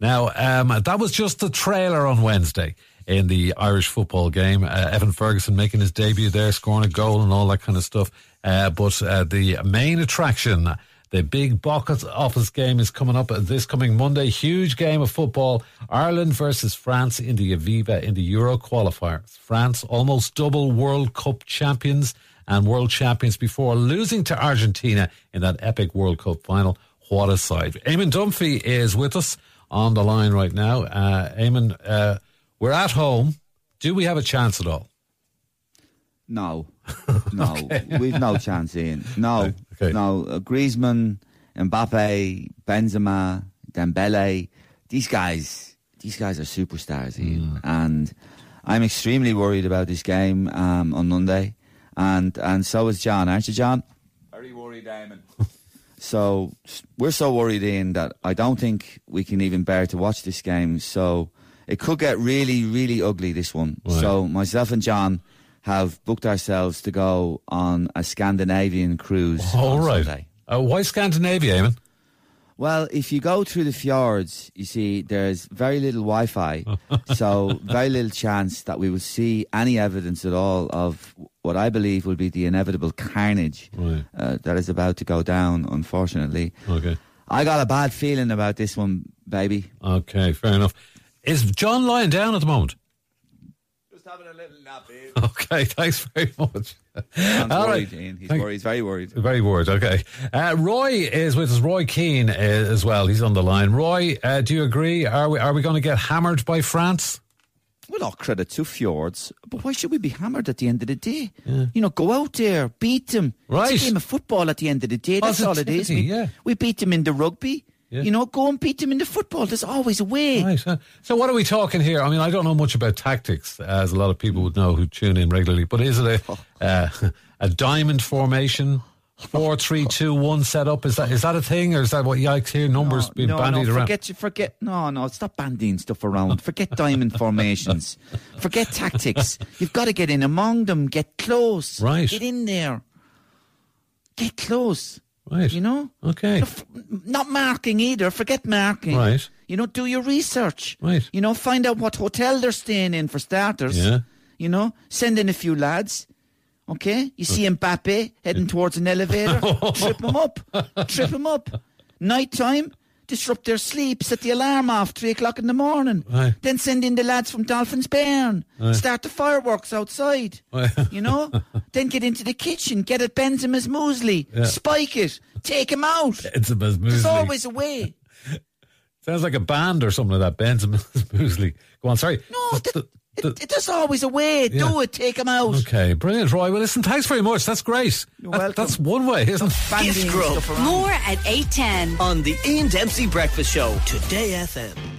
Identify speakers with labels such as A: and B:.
A: Now, um, that was just the trailer on Wednesday in the Irish football game. Uh, Evan Ferguson making his debut there, scoring a goal and all that kind of stuff. Uh, but uh, the main attraction, the big box office game is coming up this coming Monday. Huge game of football. Ireland versus France in the Aviva in the Euro qualifiers. France almost double World Cup champions and world champions before losing to Argentina in that epic World Cup final. What a sight. Eamon Dunphy is with us on the line right now. Uh, Eamon, uh, we're at home. Do we have a chance at all?
B: No, no, we've no chance, Ian. No,
A: Okay.
B: no. Uh, Griezmann, Mbappe, Benzema, Dembele. These guys, these guys are superstars, Ian. And I'm extremely worried about this game um, on Monday, and and so is John, aren't you, John? Very worried, Damon. so we're so worried, Ian, that I don't think we can even bear to watch this game. So it could get really, really ugly. This one.
A: Right.
B: So myself and John have booked ourselves to go on a Scandinavian cruise.
A: All
B: on
A: right.
B: Sunday.
A: Uh, why Scandinavia, Eamon?
B: Well, if you go through the fjords, you see there's very little Wi-Fi, so very little chance that we will see any evidence at all of what I believe will be the inevitable carnage
A: Right.
B: uh, that is about to go down. Unfortunately,
A: Okay.
B: I got a bad feeling about this one, baby.
A: Okay, fair enough. Is John lying down at the moment?
B: Just having a little nap, Ian.
A: Okay, thanks very much.
B: John's
A: All
B: worried,
A: right.
B: Ian. He's
A: Thank-
B: worried. He's very worried.
A: Very worried. Okay. Uh, Roy is with us. Roy Keane uh, as well. He's on the line. Roy, uh, do you agree? Are we are we going to get hammered by France?
B: Well, all credit to Fjords, but why should we be hammered at the end of the day? You know, go out there, beat them.
A: Right.
B: It's a game of football at the end of the day. That's all it is. We,
A: Positivity, yeah.
B: we beat them in the rugby.
A: Yeah.
B: You know, go and beat them in the football. There's always a way.
A: Right. uh, So, what are we talking here? I mean, I don't know much about tactics, as a lot of people would know who tune in regularly. But is it
B: Oh.
A: a uh, a diamond formation, four three two one setup? Is that is that a thing, or is that what yikes here? Numbers
B: Oh, No,
A: being
B: no,
A: bandied
B: no,
A: around.
B: Forget, forget. No, no, stop bandying stuff around. Forget diamond formations. Forget tactics. You've got to get in among them. Get close.
A: Right.
B: Get in there. Get close.
A: Right.
B: You know.
A: Okay.
B: No, f- Not marking either. Forget marking.
A: Right.
B: You know, do your research.
A: Right.
B: You know, find out what hotel they're staying in for starters.
A: Yeah.
B: You know, send in a few lads. Okay. You see Mbappe heading towards an elevator. trip him up. Trip him up. Night time. Disrupt their sleep. Set the alarm off three o'clock in the morning.
A: Right.
B: Then send in the lads from Dolphins Bairn. Start the fireworks outside.
A: Right.
B: You know. then get into the kitchen. Get at Benzema's muesli. Spike it. Take him out.
A: It's a
B: There's
A: Benzema.
B: always a way.
A: Sounds like a band or something like that. Benzema Moosley. Go on, sorry.
B: No,
A: The-
B: th-
A: the- the-
B: it, it, there's always a way. Do it. Take him out.
A: okay, brilliant, Roy. Well, listen, thanks very much. That's great.
B: You're
A: That-
B: welcome.
A: That's one way, isn't it?
B: Bandying
C: Gift Grove.
B: stuff around.
D: More at 810.
C: on the Ian Dempsey Breakfast Show, Today FM.